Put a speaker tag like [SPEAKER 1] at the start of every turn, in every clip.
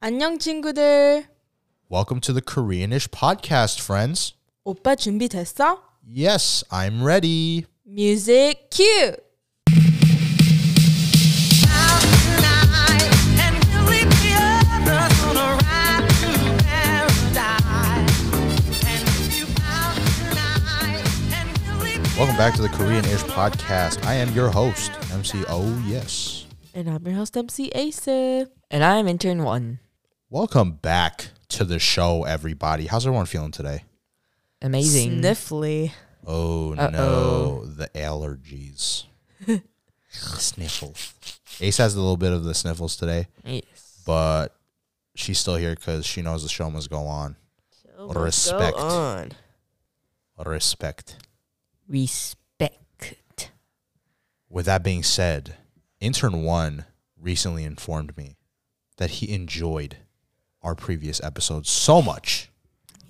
[SPEAKER 1] 안녕 친구들.
[SPEAKER 2] Welcome to the Koreanish podcast, friends.
[SPEAKER 1] 오빠 준비됐어?
[SPEAKER 2] Yes, I'm ready.
[SPEAKER 1] Music cue.
[SPEAKER 2] Welcome back to the Koreanish podcast. I am your host, MC Oh Yes.
[SPEAKER 1] And I'm your host MC Ace.
[SPEAKER 3] And I'm intern one.
[SPEAKER 2] Welcome back to the show, everybody. How's everyone feeling today?
[SPEAKER 3] Amazing.
[SPEAKER 1] Sniffly.
[SPEAKER 2] Oh no,
[SPEAKER 3] Uh-oh.
[SPEAKER 2] the allergies. sniffles. Ace has a little bit of the sniffles today,
[SPEAKER 3] Yes.
[SPEAKER 2] but she's still here because she knows the show must go on. Respect.
[SPEAKER 1] on.
[SPEAKER 2] Respect.
[SPEAKER 3] Respect.
[SPEAKER 2] With that being said, intern one recently informed me that he enjoyed our previous episode so much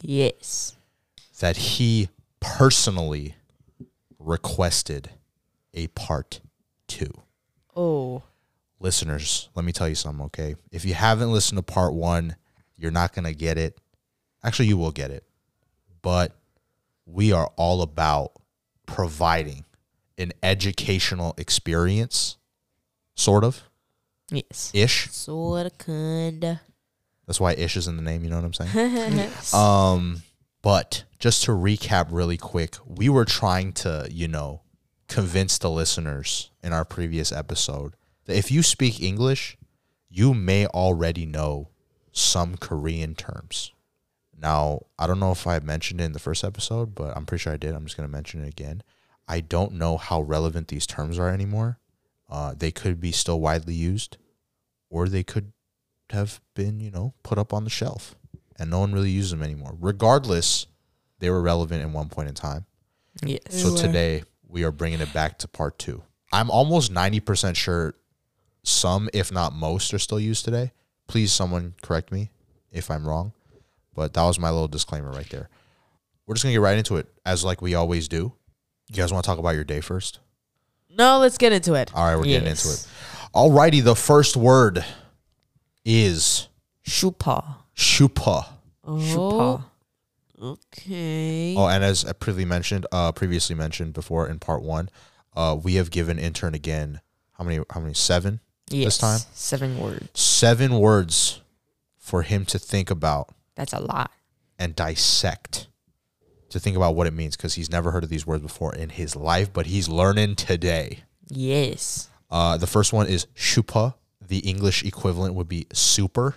[SPEAKER 3] Yes.
[SPEAKER 2] that he personally requested a part two.
[SPEAKER 1] Oh.
[SPEAKER 2] Listeners, let me tell you something, okay? If you haven't listened to part one, you're not going to get it. Actually, you will get it. But we are all about providing an educational experience, sort of
[SPEAKER 3] Yes.
[SPEAKER 2] ish.
[SPEAKER 1] Sort of kinda.
[SPEAKER 2] That's why ish is in the name. You know what I'm saying? Um, but just to recap really quick, we were trying to, you know, convince the listeners in our previous episode that if you speak English, you may already know some Korean terms. Now, I don't know if I mentioned it in the first episode, but I'm pretty sure I did. I'm just going to mention it again. I don't know how relevant these terms are anymore. Uh, they could be still widely used, or they could have been, you know, put up on the shelf and no one really uses them anymore. Regardless, they were relevant at one point in time.
[SPEAKER 3] Yes.
[SPEAKER 2] So today we are bringing it back to part two. I'm almost 90% sure some, if not most, are still used today. Please, someone correct me if I'm wrong. But that was my little disclaimer right there. We're just going to get right into it as like we always do. You guys want to talk about your day first?
[SPEAKER 1] No, let's get into it.
[SPEAKER 2] All right, we're getting into it.
[SPEAKER 3] Yes.
[SPEAKER 2] Alrighty, the first word is
[SPEAKER 3] Shupa.
[SPEAKER 2] shupa.
[SPEAKER 3] Shupa.
[SPEAKER 1] Oh, Okay.
[SPEAKER 2] Oh, and as I previously mentioned, uh, previously mentioned before in part one, uh, we have given intern again. How many? How many? Seven.
[SPEAKER 3] Yes.
[SPEAKER 2] time?
[SPEAKER 3] Seven words.
[SPEAKER 2] Seven words for him to think about
[SPEAKER 3] That's a lot.
[SPEAKER 2] and dissect. To think about what it means because he's never heard of these words before in his life, but he's learning today.
[SPEAKER 3] Yes.
[SPEAKER 2] Uh, the first one is shupa. The English equivalent would be super.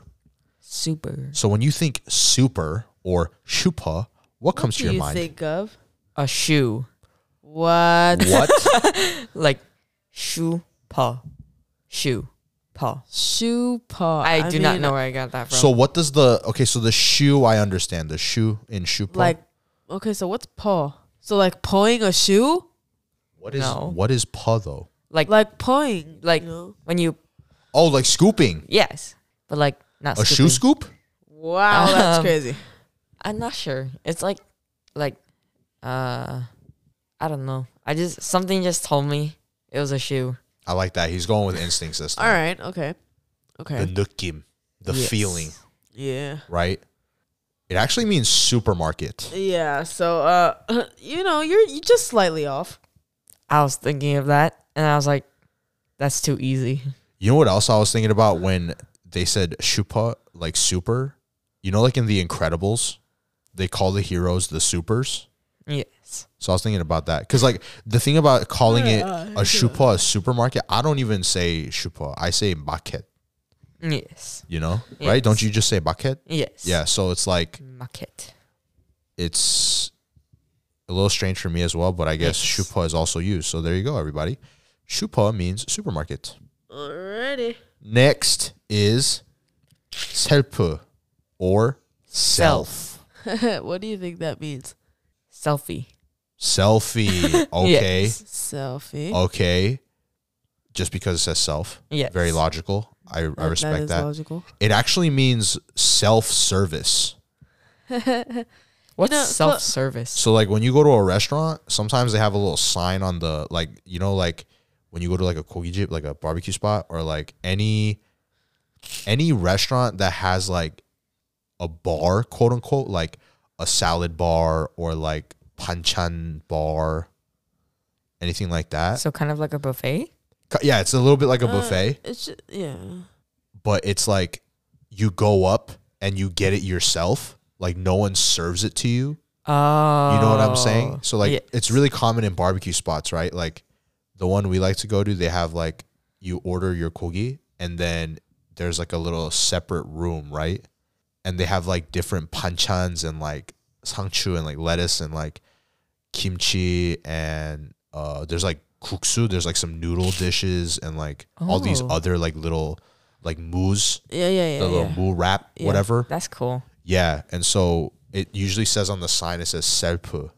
[SPEAKER 3] Super.
[SPEAKER 2] So when you think super or shupa, what comes to your
[SPEAKER 1] you
[SPEAKER 2] mind?
[SPEAKER 1] think of
[SPEAKER 3] A shoe.
[SPEAKER 1] what?
[SPEAKER 2] What?
[SPEAKER 3] Like shupa. Shoe. Pa.
[SPEAKER 1] Shoe paw.
[SPEAKER 3] I, do not
[SPEAKER 1] mean,
[SPEAKER 3] know where I got that from.
[SPEAKER 2] so what does the okay? So the shoe, I understand the shoe in shupa.
[SPEAKER 1] Like, okay, so what's paw? So like pawing a shoe?
[SPEAKER 2] What is
[SPEAKER 3] No.
[SPEAKER 2] what is paw though?
[SPEAKER 3] like like,
[SPEAKER 1] Like pawing.
[SPEAKER 3] like
[SPEAKER 1] you know?
[SPEAKER 3] when you
[SPEAKER 2] Oh, like scooping.
[SPEAKER 3] yes. But like not
[SPEAKER 2] A shoe
[SPEAKER 3] scooping.
[SPEAKER 2] scoop?
[SPEAKER 1] Wow, that's
[SPEAKER 3] Um,
[SPEAKER 1] crazy.
[SPEAKER 3] I'm not sure. It's like, like, uh, I don't know. I just something just told me it was a shoe.
[SPEAKER 2] I like that. He's going with instincts this
[SPEAKER 1] All
[SPEAKER 2] time.
[SPEAKER 1] right. Okay. Okay.
[SPEAKER 2] The nukim, the
[SPEAKER 3] Yes.
[SPEAKER 2] feeling,
[SPEAKER 1] Yeah.
[SPEAKER 2] right? It actually means supermarket.
[SPEAKER 1] Yeah. So, uh, you know, you're you just slightly off.
[SPEAKER 3] I was thinking of that, and I was like, that's too easy.
[SPEAKER 2] You know what else I was thinking about when they said shupa, like super? You know, like in The Incredibles, they call the heroes the supers.
[SPEAKER 3] Yes.
[SPEAKER 2] So I was thinking about that. Because, like, the thing about calling it
[SPEAKER 1] Yeah, uh,
[SPEAKER 2] a shupa, a supermarket, I don't even say shupa. I say market,
[SPEAKER 3] Yes.
[SPEAKER 2] you know? Right? Don't you just say market?
[SPEAKER 3] Yes.
[SPEAKER 2] Yeah. So it's like,
[SPEAKER 3] Market.
[SPEAKER 2] it's a little strange for me as well, but I guess
[SPEAKER 3] Yes.
[SPEAKER 2] Shupa is also used. So there you go, everybody. Shupa means supermarket.
[SPEAKER 1] Alrighty.
[SPEAKER 2] Next is self or self.
[SPEAKER 1] what do you think that means?
[SPEAKER 3] Selfie.
[SPEAKER 2] Selfie. Okay.
[SPEAKER 3] Yes.
[SPEAKER 1] Selfie.
[SPEAKER 2] Oh, Okay. Just because it says self.
[SPEAKER 3] Yes.
[SPEAKER 2] Very logical. I, I
[SPEAKER 1] that
[SPEAKER 2] respect
[SPEAKER 1] is
[SPEAKER 2] that.
[SPEAKER 1] logical.
[SPEAKER 2] It actually means self service.
[SPEAKER 3] What's
[SPEAKER 1] know, so-
[SPEAKER 3] self service?
[SPEAKER 2] So like when you go to a restaurant, sometimes they have a little sign on the like you know like when you go to like a kogi jip, like a barbecue spot or like any any restaurant that has like a bar, quote unquote, like a salad bar or like panchan bar, anything like that.
[SPEAKER 3] So kind of like a buffet.
[SPEAKER 2] Ca- yeah, it's a little bit like a
[SPEAKER 1] Uh,
[SPEAKER 2] buffet,
[SPEAKER 1] It's just, yeah.
[SPEAKER 2] but it's like you go up and you get it yourself. Like no one serves it to you.
[SPEAKER 3] Oh,
[SPEAKER 2] You know what I'm saying? So like
[SPEAKER 3] Yeah.
[SPEAKER 2] it's really common in barbecue spots, right? Like the one we like to go to, they have like you order your kogi and then there's like a little separate room, right? And they have like different panchans and like sangchu and like lettuce and like kimchi and uh there's like kuksu, there's like some noodle dishes and like all these
[SPEAKER 3] Oh.
[SPEAKER 2] other like little like mousse,
[SPEAKER 1] Yeah, yeah,
[SPEAKER 2] the
[SPEAKER 1] yeah.
[SPEAKER 2] little
[SPEAKER 1] yeah.
[SPEAKER 2] moo wrap,
[SPEAKER 1] Yeah.
[SPEAKER 2] whatever.
[SPEAKER 3] that's cool.
[SPEAKER 2] Yeah, and so it usually says on the sign it says selpu,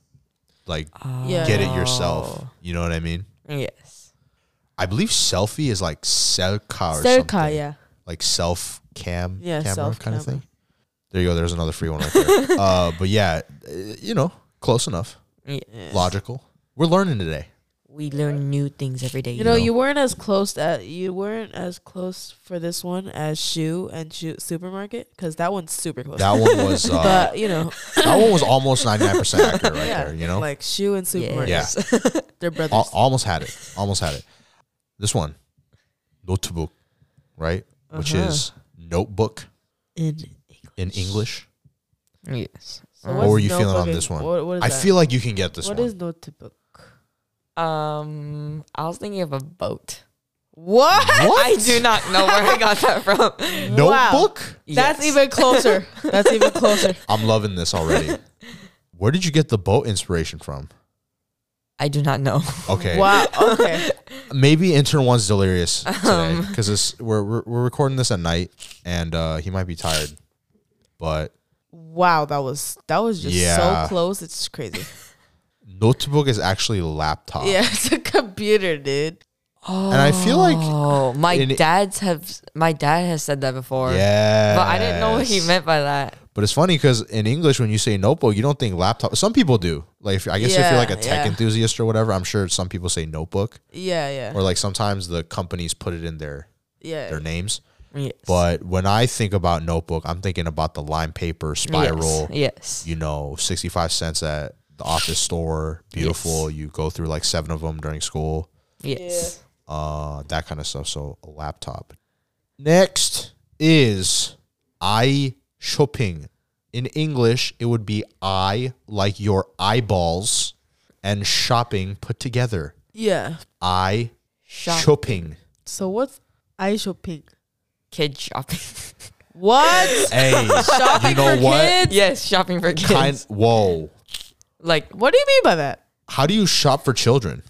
[SPEAKER 2] like
[SPEAKER 1] Yeah.
[SPEAKER 2] get it yourself.
[SPEAKER 1] Oh.
[SPEAKER 2] You know what I mean?
[SPEAKER 3] Yes.
[SPEAKER 2] I believe selfie is like selka or
[SPEAKER 1] Selka,
[SPEAKER 2] something.
[SPEAKER 1] yeah.
[SPEAKER 2] Like self cam
[SPEAKER 1] Yeah,
[SPEAKER 2] camera kind
[SPEAKER 1] self-camera.
[SPEAKER 2] of thing. There you go. There's another free one right there. uh, but yeah, uh, you know, close enough,
[SPEAKER 3] Yes.
[SPEAKER 2] logical. We're learning today.
[SPEAKER 3] We learn new things every day.
[SPEAKER 1] You know,
[SPEAKER 2] know.
[SPEAKER 1] you weren't as close that you weren't as close for this one as shoe and shoe supermarket because that one's super close.
[SPEAKER 2] That one was uh,
[SPEAKER 1] but you know,
[SPEAKER 2] that one was almost 99 percent accurate right
[SPEAKER 1] yeah,
[SPEAKER 2] there. You know,
[SPEAKER 1] like shoe and supermarket,
[SPEAKER 2] Yeah.
[SPEAKER 1] they're brothers.
[SPEAKER 2] Al- almost had it. Almost had it. This one, notebook, right? Which
[SPEAKER 1] Uh-huh.
[SPEAKER 2] is notebook.
[SPEAKER 1] in
[SPEAKER 2] in English.
[SPEAKER 3] Yes.
[SPEAKER 1] So
[SPEAKER 2] Or
[SPEAKER 1] what's
[SPEAKER 2] were you feeling on
[SPEAKER 1] notebook
[SPEAKER 2] this
[SPEAKER 1] in-
[SPEAKER 2] one?
[SPEAKER 1] What, what is
[SPEAKER 2] I
[SPEAKER 1] that?
[SPEAKER 2] feel like you can get this
[SPEAKER 1] What
[SPEAKER 2] one.
[SPEAKER 1] is notebook?
[SPEAKER 3] Um, I was thinking of a boat.
[SPEAKER 1] What?
[SPEAKER 3] I do not know where I got that from.
[SPEAKER 2] Notebook?
[SPEAKER 1] That's
[SPEAKER 3] Yes.
[SPEAKER 1] even closer. That's even closer.
[SPEAKER 2] I'm loving this already. Where did you get the boat inspiration from?
[SPEAKER 3] I do not know.
[SPEAKER 2] Okay.
[SPEAKER 1] Wow. Okay.
[SPEAKER 2] Maybe intern one's delirious
[SPEAKER 1] Um.
[SPEAKER 2] today because we're, we're we're recording this at night and uh, he might be tired. But
[SPEAKER 1] Wow. That was that was just
[SPEAKER 2] Yeah.
[SPEAKER 1] so close. It's crazy.
[SPEAKER 2] notebook is actually laptop.
[SPEAKER 1] Yeah, it's a computer, dude.
[SPEAKER 3] Oh,
[SPEAKER 2] I feel like
[SPEAKER 3] oh, my
[SPEAKER 2] in-
[SPEAKER 3] dad's have my dad has said that before.
[SPEAKER 2] Yeah.
[SPEAKER 3] but I didn't know what he meant by that.
[SPEAKER 2] But it's funny because in English, when you say notebook, you don't think laptop. Some people do. Like if, I guess if
[SPEAKER 1] Yeah,
[SPEAKER 2] you're like a tech
[SPEAKER 1] yeah.
[SPEAKER 2] enthusiast or whatever, I'm sure some people say notebook.
[SPEAKER 1] Yeah, yeah,
[SPEAKER 2] Or like sometimes the companies put it in their
[SPEAKER 1] yeah.
[SPEAKER 2] their names.
[SPEAKER 3] Yes.
[SPEAKER 2] But when I think about notebook, I'm thinking about the lime paper spiral,
[SPEAKER 3] Yes.
[SPEAKER 2] you know, 65 cents at the office store, beautiful. You go through like seven of them during school,
[SPEAKER 3] Yes. yes.
[SPEAKER 2] uh, that kind of stuff. So a laptop. Next is eye shopping. In English, it would be eye like your eyeballs and shopping put together.
[SPEAKER 1] Yeah.
[SPEAKER 2] Eye
[SPEAKER 3] Shop-
[SPEAKER 2] shopping.
[SPEAKER 1] So what's eye shopping?
[SPEAKER 3] kid shopping.
[SPEAKER 1] What?
[SPEAKER 2] Hey,
[SPEAKER 1] shopping
[SPEAKER 2] you know
[SPEAKER 1] for
[SPEAKER 2] what?
[SPEAKER 1] kids?
[SPEAKER 3] yes, shopping for kids.
[SPEAKER 2] Kind, whoa.
[SPEAKER 3] like
[SPEAKER 1] What do you mean by that?
[SPEAKER 2] How do you shop for children?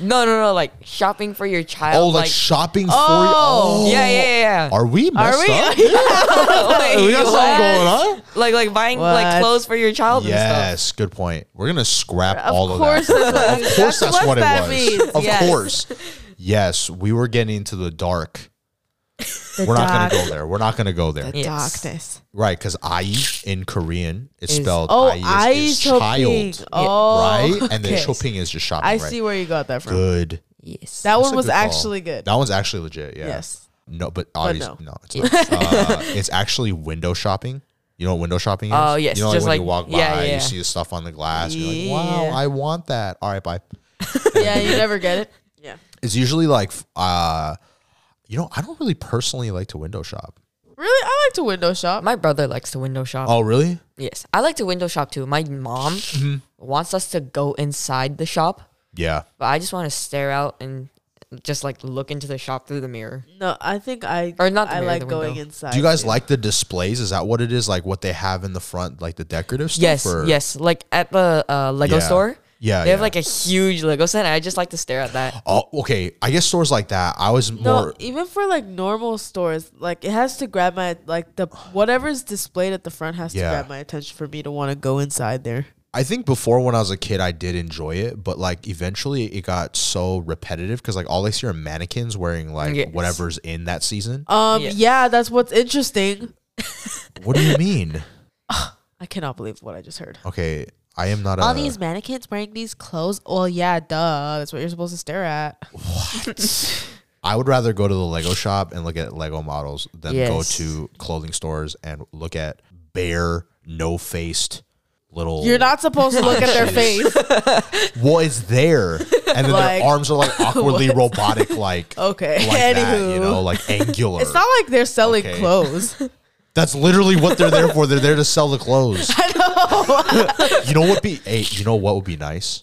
[SPEAKER 3] no, no, no. Like shopping for your child.
[SPEAKER 2] oh, like, shopping for you. Oh,
[SPEAKER 3] yeah, yeah, yeah.
[SPEAKER 2] Are we messed
[SPEAKER 1] Are we?
[SPEAKER 2] up?
[SPEAKER 3] Wait,
[SPEAKER 2] we got
[SPEAKER 3] what?
[SPEAKER 2] something going on.
[SPEAKER 3] Like, like buying like
[SPEAKER 1] What?
[SPEAKER 3] clothes for your child and stuff.
[SPEAKER 2] Yes, good point. We're gonna scrap all of
[SPEAKER 1] course
[SPEAKER 2] that. Of course, that's,
[SPEAKER 1] what
[SPEAKER 2] what,
[SPEAKER 1] that
[SPEAKER 2] it was.
[SPEAKER 1] means.
[SPEAKER 2] Of
[SPEAKER 3] Yes.
[SPEAKER 2] course. Yes, we were getting into the dark.
[SPEAKER 1] The
[SPEAKER 2] We're not gonna
[SPEAKER 1] dark-
[SPEAKER 2] go there. We're not gonna go there.
[SPEAKER 1] The
[SPEAKER 3] Yes.
[SPEAKER 1] darkness.
[SPEAKER 2] Right, because I in Korean it's
[SPEAKER 3] Is-
[SPEAKER 2] spelled
[SPEAKER 1] Oh,
[SPEAKER 2] I
[SPEAKER 1] eye
[SPEAKER 2] is, is
[SPEAKER 1] shopping.
[SPEAKER 2] child.
[SPEAKER 1] Oh,
[SPEAKER 2] right? And then
[SPEAKER 1] okay.
[SPEAKER 2] shopping is just shopping.
[SPEAKER 1] I
[SPEAKER 2] right?
[SPEAKER 1] see where you got that from.
[SPEAKER 2] Good.
[SPEAKER 3] Yes.
[SPEAKER 1] That
[SPEAKER 2] That's
[SPEAKER 1] one
[SPEAKER 2] a
[SPEAKER 1] was
[SPEAKER 2] good call.
[SPEAKER 1] actually good.
[SPEAKER 2] That one's actually legit. Yeah.
[SPEAKER 1] Yes.
[SPEAKER 2] No, but obviously
[SPEAKER 1] no.
[SPEAKER 2] no. it's not. uh, it's actually window shopping. You know what window shopping is?
[SPEAKER 3] Oh, yes,
[SPEAKER 2] You know, like
[SPEAKER 3] just
[SPEAKER 2] when you
[SPEAKER 3] like-
[SPEAKER 2] walk by,
[SPEAKER 3] yeah, yeah.
[SPEAKER 2] you see the stuff on the glass. You're like, wow,
[SPEAKER 1] Yeah.
[SPEAKER 2] I want that. All right, bye.
[SPEAKER 1] yeah, you never get it. Yeah.
[SPEAKER 2] It's usually like, f- uh, you know, I don't really personally like to window shop.
[SPEAKER 1] Really, I like to window shop.
[SPEAKER 3] My brother likes to window shop.
[SPEAKER 2] Oh, really?
[SPEAKER 3] Yes, I like to window shop too. My mom
[SPEAKER 2] Mm-hmm.
[SPEAKER 3] wants us to go inside the shop,
[SPEAKER 2] Yeah.
[SPEAKER 3] but I just want to stare out and just like look into the shop through the mirror.
[SPEAKER 1] no, I think I
[SPEAKER 3] Or not the
[SPEAKER 1] I
[SPEAKER 3] mirror,
[SPEAKER 1] like
[SPEAKER 3] the window.
[SPEAKER 1] going inside.
[SPEAKER 2] Do you guys
[SPEAKER 1] dude.
[SPEAKER 2] like the displays? Is that what it is? Like what they have in the front, like the decorative stuff?
[SPEAKER 3] Yes,
[SPEAKER 2] or-
[SPEAKER 3] yes. Like at the uh, Lego
[SPEAKER 2] Yeah.
[SPEAKER 3] store,
[SPEAKER 2] Yeah.
[SPEAKER 3] they have
[SPEAKER 2] yeah.
[SPEAKER 3] like a huge Lego set. And I just like to stare at that.
[SPEAKER 2] oh, okay. I guess stores like that. I was
[SPEAKER 1] No,
[SPEAKER 2] more.
[SPEAKER 1] even for like normal stores, like it has to grab my like the whatever's displayed at the front has
[SPEAKER 2] Yeah.
[SPEAKER 1] to grab my attention for me to want to go inside there.
[SPEAKER 2] I think before when I was a kid, I did enjoy it, but like eventually it got so repetitive because like all I see are mannequins wearing like
[SPEAKER 3] Yes.
[SPEAKER 2] whatever's in that season.
[SPEAKER 1] Um,
[SPEAKER 3] Yes.
[SPEAKER 1] yeah, that's what's interesting.
[SPEAKER 2] what do you mean?
[SPEAKER 1] I cannot believe what I just heard.
[SPEAKER 2] Okay, I am not a.
[SPEAKER 1] All these mannequins wearing these clothes. Well, yeah, duh. That's what you're supposed to stare at.
[SPEAKER 2] I would rather go to the Lego shop and look at Lego models than go
[SPEAKER 3] Yes.
[SPEAKER 2] to clothing stores and look at bare, no faced little.
[SPEAKER 1] You're not supposed to look at their face.
[SPEAKER 2] Well, it's there, and then
[SPEAKER 1] Like-
[SPEAKER 2] their arms are like awkwardly robotic, like
[SPEAKER 1] Okay.
[SPEAKER 2] like that, you
[SPEAKER 1] Anywho.
[SPEAKER 2] know, like angular.
[SPEAKER 1] It's not like they're selling
[SPEAKER 2] Okay.
[SPEAKER 1] clothes.
[SPEAKER 2] That's literally what they're there for. They're there to sell the clothes. I know. you know what be hey, you know what would be nice?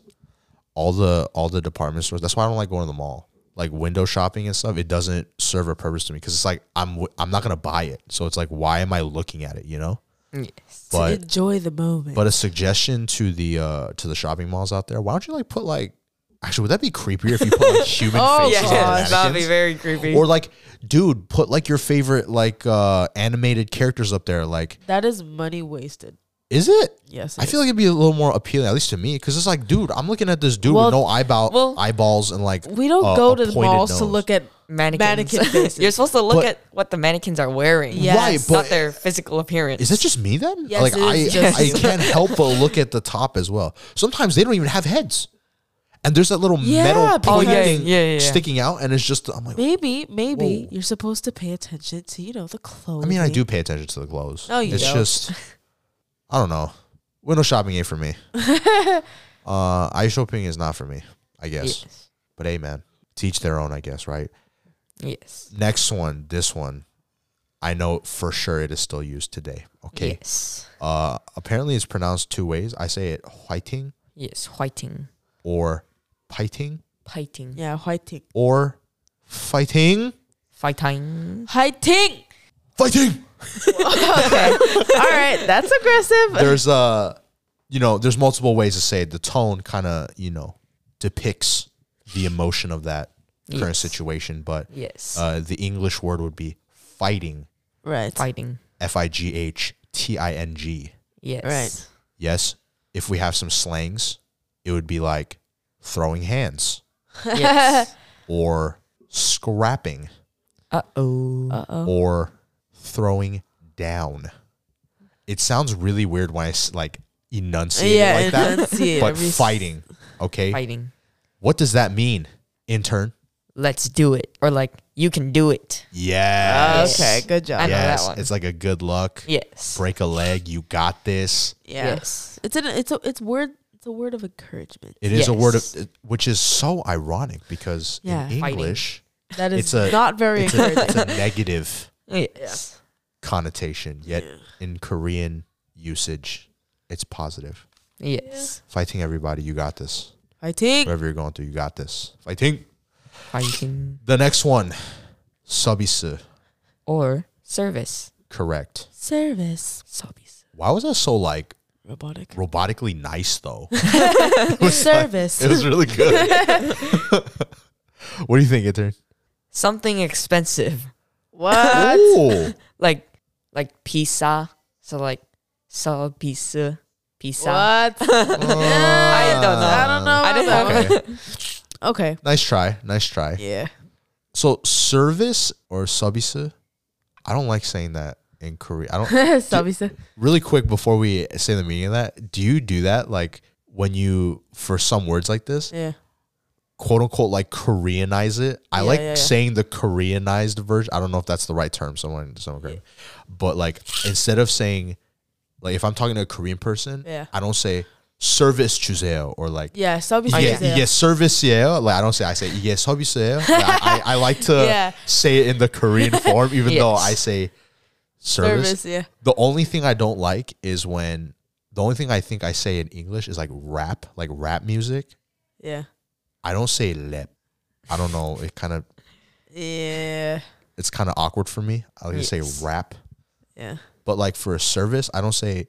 [SPEAKER 2] All the all the department stores. That's why I don't like going to the mall. Like window shopping and stuff, it doesn't serve a purpose to me because it's like I'm w- I'm not gonna buy it, so it's like why am I looking at it? You know.
[SPEAKER 3] Yes.
[SPEAKER 2] But
[SPEAKER 1] Enjoy the moment.
[SPEAKER 2] but a suggestion to the uh to the shopping malls out there. Why don't you like put like actually would that be creepier if you put like human
[SPEAKER 1] Oh,
[SPEAKER 2] faces on
[SPEAKER 1] gosh.
[SPEAKER 2] mannequins?
[SPEAKER 3] That'd be very creepy.
[SPEAKER 2] or like dude put like your favorite like uh animated characters up there like
[SPEAKER 1] that is money wasted.
[SPEAKER 2] is it
[SPEAKER 1] Yes.
[SPEAKER 2] I feel like it'd be a little more appealing, at least to me, because it's like, dude, I'm looking at this dude
[SPEAKER 1] Well,
[SPEAKER 2] with no eyeball,
[SPEAKER 3] well,
[SPEAKER 2] eyeballs, and like uh,
[SPEAKER 1] we don't
[SPEAKER 2] a-
[SPEAKER 1] go
[SPEAKER 2] a
[SPEAKER 1] to the
[SPEAKER 2] pointed
[SPEAKER 1] malls to
[SPEAKER 2] nose.
[SPEAKER 1] look at
[SPEAKER 3] mannequins.
[SPEAKER 1] mannequin faces.
[SPEAKER 3] You're supposed to look
[SPEAKER 2] But-
[SPEAKER 3] at what the mannequins are wearing.
[SPEAKER 1] Yes. Right,
[SPEAKER 2] but-
[SPEAKER 3] not their physical appearance.
[SPEAKER 2] Is that just me then?
[SPEAKER 1] Yes,
[SPEAKER 2] like
[SPEAKER 1] it
[SPEAKER 2] I,
[SPEAKER 1] is just
[SPEAKER 2] I
[SPEAKER 1] you.
[SPEAKER 2] can't help but look at the top as well. Sometimes they don't even have heads, and there's that little
[SPEAKER 1] Yeah,
[SPEAKER 2] metal
[SPEAKER 1] because- Oh,
[SPEAKER 2] pointing
[SPEAKER 1] yeah,
[SPEAKER 3] yeah, yeah, yeah.
[SPEAKER 2] sticking out, and it's just I'm like,
[SPEAKER 1] maybe, maybe
[SPEAKER 2] Whoa.
[SPEAKER 1] you're supposed to pay attention to you know the clothes.
[SPEAKER 2] I mean, I do pay attention to the clothes.
[SPEAKER 1] No, Mm-hmm. Oh, you
[SPEAKER 2] It's
[SPEAKER 1] don't.
[SPEAKER 2] just, I don't know. Window shopping ain't for me. uh, eye shopping is not for me. I guess,
[SPEAKER 3] Yes.
[SPEAKER 2] but hey, man, teach their own. I guess, right?
[SPEAKER 3] Yes.
[SPEAKER 2] next one, this one, I know for sure it is still used today. Okay.
[SPEAKER 3] Yes.
[SPEAKER 2] Uh, apparently, it's pronounced two ways. I say it whiting
[SPEAKER 3] Yes. Whiting.
[SPEAKER 2] or piting
[SPEAKER 3] Piting.
[SPEAKER 1] Yeah, whiting,
[SPEAKER 2] or fighting.
[SPEAKER 3] Fighting.
[SPEAKER 1] whiting.
[SPEAKER 2] Fighting.
[SPEAKER 1] Okay, all right, that's aggressive.
[SPEAKER 2] There's uh, you know, there's multiple ways to say it. The tone kind of you know depicts the emotion of that current
[SPEAKER 3] Yes.
[SPEAKER 2] situation, but
[SPEAKER 3] Yes.
[SPEAKER 2] uh, the English word would be fighting.
[SPEAKER 1] right,
[SPEAKER 3] Fighting.
[SPEAKER 2] F i g h t i n g.
[SPEAKER 3] Yes.
[SPEAKER 1] Right.
[SPEAKER 2] Yes, if we have some slangs, it would be like throwing hands
[SPEAKER 3] Yes.
[SPEAKER 2] or scrapping
[SPEAKER 3] uh oh.
[SPEAKER 1] Uh oh.
[SPEAKER 2] or throwing down. It sounds really weird when I s- like enunciate
[SPEAKER 1] Yeah,
[SPEAKER 2] it like that,
[SPEAKER 1] enunciate
[SPEAKER 2] but
[SPEAKER 1] every s-
[SPEAKER 2] fighting. Okay,
[SPEAKER 3] Fighting.
[SPEAKER 2] what does that mean? Intern.
[SPEAKER 3] Let's do it. Or like you can do it.
[SPEAKER 2] Yes.
[SPEAKER 1] Okay, good job.
[SPEAKER 3] I know that
[SPEAKER 2] Yes,
[SPEAKER 3] one.
[SPEAKER 2] it's like a good luck.
[SPEAKER 3] Yes.
[SPEAKER 2] Break a leg, you got this.
[SPEAKER 1] Yeah.
[SPEAKER 3] Yes.
[SPEAKER 1] It's an it's a it's word it's a word of encouragement.
[SPEAKER 2] It is a word
[SPEAKER 3] Yes.
[SPEAKER 2] of, which is so ironic because
[SPEAKER 1] Yeah.
[SPEAKER 2] in
[SPEAKER 1] Fighting.
[SPEAKER 2] English,
[SPEAKER 1] That is
[SPEAKER 2] It's a-
[SPEAKER 1] not very
[SPEAKER 2] it's a,
[SPEAKER 1] encouraging.
[SPEAKER 2] it's a negative
[SPEAKER 3] Yes.
[SPEAKER 2] connotation, yet in Korean usage, it's positive.
[SPEAKER 3] Yes.
[SPEAKER 2] Fighting everybody, you got this.
[SPEAKER 1] Whiting.
[SPEAKER 2] Whatever you're going through, you got this. Fighting.
[SPEAKER 3] Fighting.
[SPEAKER 2] The next one, subise.
[SPEAKER 3] Or service.
[SPEAKER 2] Correct.
[SPEAKER 1] Service.
[SPEAKER 3] Service.
[SPEAKER 2] Why was that so like
[SPEAKER 1] Robotic.
[SPEAKER 2] robotically nice though?
[SPEAKER 1] Service.
[SPEAKER 2] It was really good. what do you think, intern?
[SPEAKER 3] Something expensive.
[SPEAKER 1] what?
[SPEAKER 2] Ooh,
[SPEAKER 3] Like like pizza. So like so pizza. Pizza.
[SPEAKER 1] What?
[SPEAKER 2] Uh,
[SPEAKER 3] I don't know.
[SPEAKER 1] I don't know.
[SPEAKER 3] I
[SPEAKER 1] about
[SPEAKER 3] didn't
[SPEAKER 1] that
[SPEAKER 3] have
[SPEAKER 1] one. Okay.
[SPEAKER 2] nice try. Nice try.
[SPEAKER 1] Yeah.
[SPEAKER 2] So service or subise? I don't like saying that in Korea. I don't
[SPEAKER 1] Service.
[SPEAKER 2] really quick before we say the meaning of that, do you do that like when you for some words like this,
[SPEAKER 1] Yeah.
[SPEAKER 2] quote unquote like Koreanize it? I
[SPEAKER 1] Yeah,
[SPEAKER 2] like
[SPEAKER 1] yeah, yeah.
[SPEAKER 2] saying the Koreanized version. I don't know if that's the right term, someone someone correct me. But like instead of saying like if I'm talking to a Korean person,
[SPEAKER 1] Yeah.
[SPEAKER 2] I don't say service 주세요 or like
[SPEAKER 1] Yeah. Oh, Service.
[SPEAKER 2] Uh, yeah, yeah, service yeah. Like I don't say I say yes hobby sale. Like, I, I, I like to
[SPEAKER 1] Yeah.
[SPEAKER 2] say it in the Korean form, even though
[SPEAKER 3] Yes.
[SPEAKER 2] I say service.
[SPEAKER 1] Service. Yeah.
[SPEAKER 2] The only thing I don't like is when the only thing I think I say in English is like rap, like rap music.
[SPEAKER 1] Yeah.
[SPEAKER 2] I don't say lep. I don't know. It kind of
[SPEAKER 1] Yeah.
[SPEAKER 2] it's kind of awkward for me. I like to
[SPEAKER 3] Yes.
[SPEAKER 2] say rap,
[SPEAKER 1] Yeah.
[SPEAKER 2] but like for a service, I don't say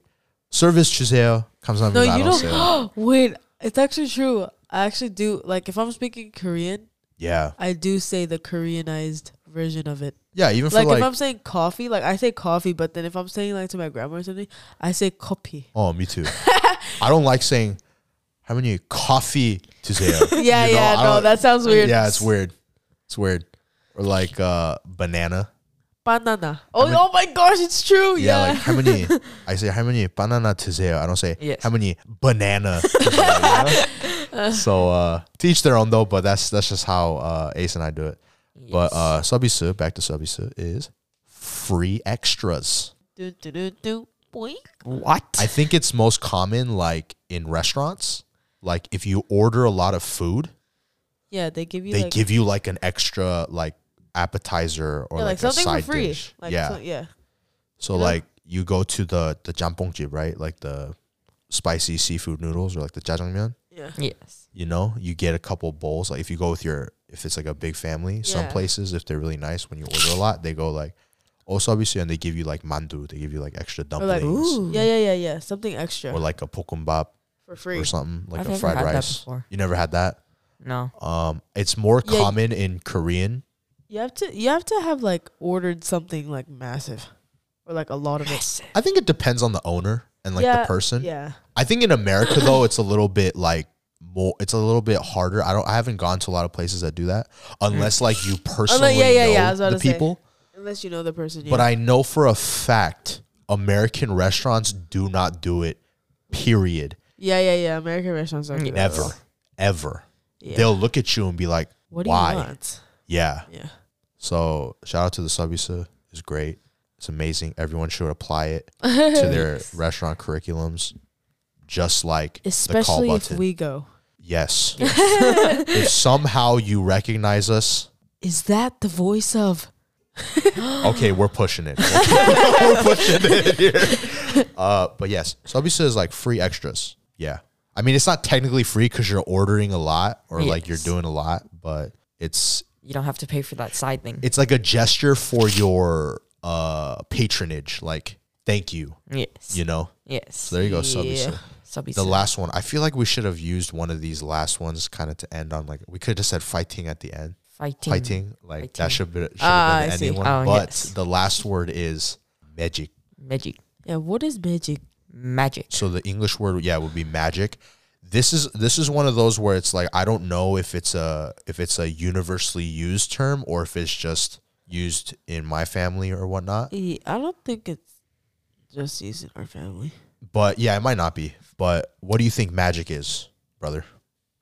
[SPEAKER 2] service Chiseo comes on.
[SPEAKER 1] No,
[SPEAKER 2] I
[SPEAKER 1] you
[SPEAKER 2] don't say that.
[SPEAKER 1] don't. Wait, it's actually true. I actually do. Like, if I'm speaking Korean,
[SPEAKER 2] Yeah,
[SPEAKER 1] I do say the Koreanized version of it.
[SPEAKER 2] yeah. Even
[SPEAKER 1] Like,
[SPEAKER 2] for like,
[SPEAKER 1] if I'm saying coffee, like I say coffee, but then if I'm saying like to my grandma or something, I say copy.
[SPEAKER 2] oh, me too. I don't like saying how many coffee Chiseo.
[SPEAKER 1] Yeah,
[SPEAKER 2] You know,
[SPEAKER 1] yeah.
[SPEAKER 2] I
[SPEAKER 1] No,
[SPEAKER 2] don't-
[SPEAKER 1] that sounds weird.
[SPEAKER 2] yeah, it's weird. It's weird. Or like uh banana.
[SPEAKER 1] Banana. Oh,
[SPEAKER 2] mean-
[SPEAKER 1] oh my gosh, it's true.
[SPEAKER 2] Yeah,
[SPEAKER 1] Yeah.
[SPEAKER 2] like how many? I say how many banana today? I don't say
[SPEAKER 3] Yes.
[SPEAKER 2] how many banana. today, you know? So uh, teach their own though, but that's that's just how uh, Ace and I do it. But uh, subisu, back to subisu, is free extras.
[SPEAKER 1] Do, do, do, do. Boing.
[SPEAKER 3] what?
[SPEAKER 2] I think it's most common like in restaurants. Like if you order a lot of food,
[SPEAKER 1] Yeah, they give you
[SPEAKER 2] they
[SPEAKER 1] like,
[SPEAKER 2] give you like an extra like appetizer or
[SPEAKER 1] yeah,
[SPEAKER 2] like,
[SPEAKER 1] like,
[SPEAKER 2] a
[SPEAKER 1] something for
[SPEAKER 2] side
[SPEAKER 1] free.
[SPEAKER 2] dish.
[SPEAKER 1] Like
[SPEAKER 2] yeah.
[SPEAKER 1] some- yeah.
[SPEAKER 2] so
[SPEAKER 1] you know?
[SPEAKER 2] like you go to the the jampongji, right? Like the spicy seafood noodles or like the jjajangmyeon.
[SPEAKER 1] Yeah.
[SPEAKER 3] yes.
[SPEAKER 2] You know, you get a couple bowls. Like if you go with your if it's like a big family, some
[SPEAKER 1] Yeah.
[SPEAKER 2] places if they're really nice when you order a lot, they go like osobisu and they give you like mandu. They give you like extra
[SPEAKER 1] Or like,
[SPEAKER 2] dumplings.
[SPEAKER 3] Ooh.
[SPEAKER 1] yeah, yeah, yeah, yeah. Something extra
[SPEAKER 2] or like a pokumbap
[SPEAKER 1] for free.
[SPEAKER 2] or something like
[SPEAKER 3] I've
[SPEAKER 2] a
[SPEAKER 3] never
[SPEAKER 2] fried
[SPEAKER 3] had that
[SPEAKER 2] rice.
[SPEAKER 3] before.
[SPEAKER 2] You never had that.
[SPEAKER 3] No.
[SPEAKER 2] Um, it's more
[SPEAKER 1] Yeah, y-
[SPEAKER 2] common in Korean.
[SPEAKER 1] You have to you have to have like ordered something like massive or like a lot of it.
[SPEAKER 2] I think it depends on the owner and like
[SPEAKER 1] Yeah,
[SPEAKER 2] the person.
[SPEAKER 1] Yeah.
[SPEAKER 2] I think in America though, it's a little bit like more. It's a little bit harder. I don't. I haven't gone to a lot of places that do that unless like you personally
[SPEAKER 1] yeah, yeah,
[SPEAKER 2] know
[SPEAKER 1] yeah, I was about
[SPEAKER 2] the
[SPEAKER 1] to say.
[SPEAKER 2] people.
[SPEAKER 1] Unless you know the person.
[SPEAKER 2] But I know for a fact American restaurants do not do it. Period.
[SPEAKER 1] Yeah, yeah, yeah. American restaurants don't do that at
[SPEAKER 2] Never.
[SPEAKER 1] all.
[SPEAKER 2] Ever.
[SPEAKER 1] Yeah.
[SPEAKER 2] They'll look at you and be like,
[SPEAKER 1] what do
[SPEAKER 2] "Why?"
[SPEAKER 1] you want?
[SPEAKER 2] Yeah.
[SPEAKER 1] Yeah.
[SPEAKER 2] So shout out to the Subisa. It's great. It's amazing. Everyone should apply it to their restaurant curriculums, just like the
[SPEAKER 1] Especially
[SPEAKER 2] call
[SPEAKER 1] if
[SPEAKER 2] button.
[SPEAKER 1] we go.
[SPEAKER 2] yes. if somehow you recognize us,
[SPEAKER 1] Is that the voice of
[SPEAKER 2] okay, we're pushing it. we're pushing it here. Uh, but yes, Subisa is like free extras. Yeah. I mean, it's not technically free because you're ordering a lot or like you're
[SPEAKER 3] Yes.
[SPEAKER 2] doing a lot, but it's
[SPEAKER 3] You don't have to pay for that side thing.
[SPEAKER 2] it's like a gesture for your uh patronage like thank you
[SPEAKER 3] yes.
[SPEAKER 2] you know
[SPEAKER 3] Yes.
[SPEAKER 2] so there you go subby
[SPEAKER 1] Yeah.
[SPEAKER 2] Sue.
[SPEAKER 3] Subby
[SPEAKER 2] the
[SPEAKER 3] Sue.
[SPEAKER 2] last one i feel like we should have used one of these last ones kind of to end on like we could have just said fighting at the end
[SPEAKER 3] fighting.
[SPEAKER 2] fighting like that
[SPEAKER 3] Fighting.
[SPEAKER 2] should be should have
[SPEAKER 1] Ah,
[SPEAKER 2] been the
[SPEAKER 1] I see.
[SPEAKER 2] ending one
[SPEAKER 3] Oh,
[SPEAKER 2] but
[SPEAKER 3] yes.
[SPEAKER 2] the last word is magic
[SPEAKER 3] Magic.
[SPEAKER 1] Yeah, what is magic?
[SPEAKER 3] Magic.
[SPEAKER 2] so the english word yeah would be magic this is this is one of those where it's like i don't know if it's a if it's a universally used term or if it's just used in my family or whatnot
[SPEAKER 1] E- I don't think it's just using our family.
[SPEAKER 2] But yeah, it might not be. But what do you think magic is, brother?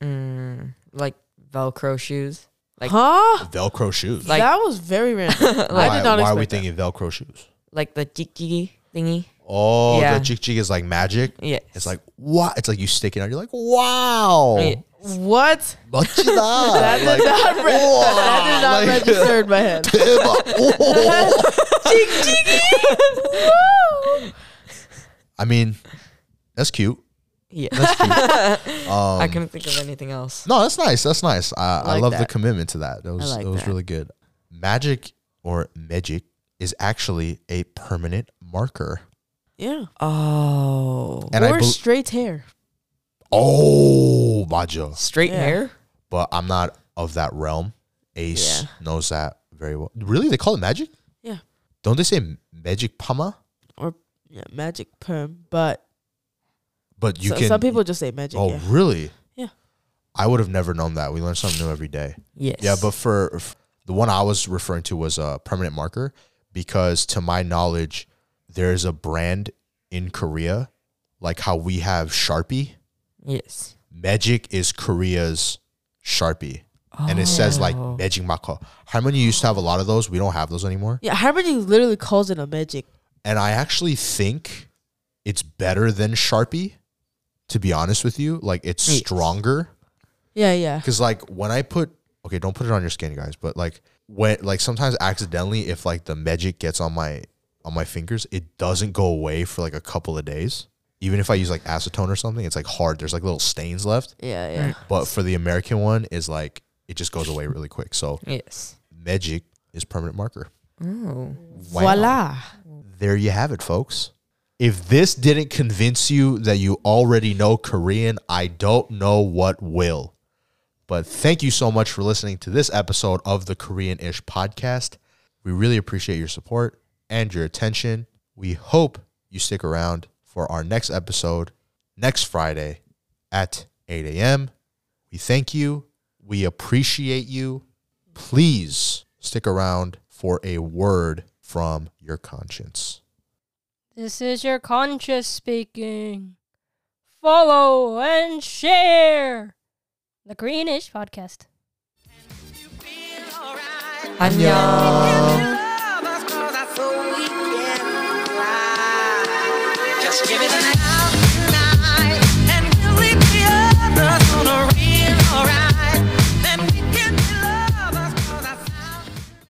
[SPEAKER 3] Mm, like Velcro shoes. Like-
[SPEAKER 1] huh?
[SPEAKER 2] Velcro shoes.
[SPEAKER 3] Like-
[SPEAKER 1] that was very random.
[SPEAKER 2] why,
[SPEAKER 1] I did not
[SPEAKER 2] why are we
[SPEAKER 1] expect that.
[SPEAKER 2] thinking Velcro shoes?
[SPEAKER 3] Like the jiki thingy.
[SPEAKER 2] Oh,
[SPEAKER 3] Yeah.
[SPEAKER 2] the jig jig is like magic.
[SPEAKER 3] Yes.
[SPEAKER 2] It's like wow. It's like you stick it out. You're like wow.
[SPEAKER 3] Yeah.
[SPEAKER 1] what?
[SPEAKER 2] Much of that.
[SPEAKER 1] That did not re- That did not register in my head. Jig, jiggy. Woo!
[SPEAKER 2] I mean, that's cute.
[SPEAKER 3] Yeah.
[SPEAKER 2] That's cute. um,
[SPEAKER 3] I couldn't think of anything else.
[SPEAKER 2] No, that's nice. That's nice. I, I,
[SPEAKER 1] like
[SPEAKER 2] love the
[SPEAKER 1] that.
[SPEAKER 2] commitment to that. That was
[SPEAKER 1] like
[SPEAKER 2] that was
[SPEAKER 1] that.
[SPEAKER 2] really good. Magic or magic is actually a permanent marker.
[SPEAKER 1] Yeah.
[SPEAKER 3] Oh.
[SPEAKER 2] And I
[SPEAKER 1] or
[SPEAKER 2] bel-
[SPEAKER 1] straight hair.
[SPEAKER 2] Oh, Bajo.
[SPEAKER 3] Straight
[SPEAKER 1] Yeah.
[SPEAKER 3] hair?
[SPEAKER 2] But I'm not of that realm. Ace
[SPEAKER 1] Yeah.
[SPEAKER 2] knows that very well. Really? They call it magic?
[SPEAKER 1] Yeah.
[SPEAKER 2] Don't they say magic pama?
[SPEAKER 1] Or yeah, magic perm. But
[SPEAKER 2] But you
[SPEAKER 1] so-
[SPEAKER 2] can.
[SPEAKER 1] some people just say magic.
[SPEAKER 2] Oh,
[SPEAKER 1] yeah.
[SPEAKER 2] really?
[SPEAKER 1] Yeah.
[SPEAKER 2] I would have never known that. We learn something new every day.
[SPEAKER 3] Yes.
[SPEAKER 2] Yeah, but for f- the one I was referring to was a permanent marker because, to my knowledge, there is a brand in Korea, like how we have Sharpie.
[SPEAKER 3] Yes.
[SPEAKER 2] Magic is Korea's Sharpie. And it says like
[SPEAKER 3] Oh.
[SPEAKER 2] magic mako. Harmony used to have a lot of those. We don't have those anymore.
[SPEAKER 1] Yeah, Harmony literally calls it a magic.
[SPEAKER 2] And I actually think it's better than Sharpie, to be honest with you. Like it's
[SPEAKER 3] Yes.
[SPEAKER 2] stronger.
[SPEAKER 1] Yeah, yeah.
[SPEAKER 2] Cause like when I put okay, don't put it on your skin, guys, but like when like sometimes accidentally if like the magic gets on my on my fingers, it doesn't go away for like a couple of days. Even if I use like acetone or something, it's like hard. There's like little stains left.
[SPEAKER 1] Yeah, yeah.
[SPEAKER 2] But for the American one is like it just goes away really quick. So
[SPEAKER 3] Yes.
[SPEAKER 2] magic is permanent marker.
[SPEAKER 3] Oh.
[SPEAKER 2] Wow.
[SPEAKER 1] Voila.
[SPEAKER 2] There you have it, folks. If this didn't convince you that you already know Korean, I don't know what will. But thank you so much for listening to this episode of the Korean ish podcast. We really appreciate your support and your attention. We hope you stick around for our next episode next Friday at 8 a.m. We thank you. We appreciate you. Please stick around for a word from your conscience.
[SPEAKER 4] This is your conscious speaking. Follow and share the Greenish podcast.
[SPEAKER 5] You feel alright.
[SPEAKER 3] 안녕.
[SPEAKER 5] Just give it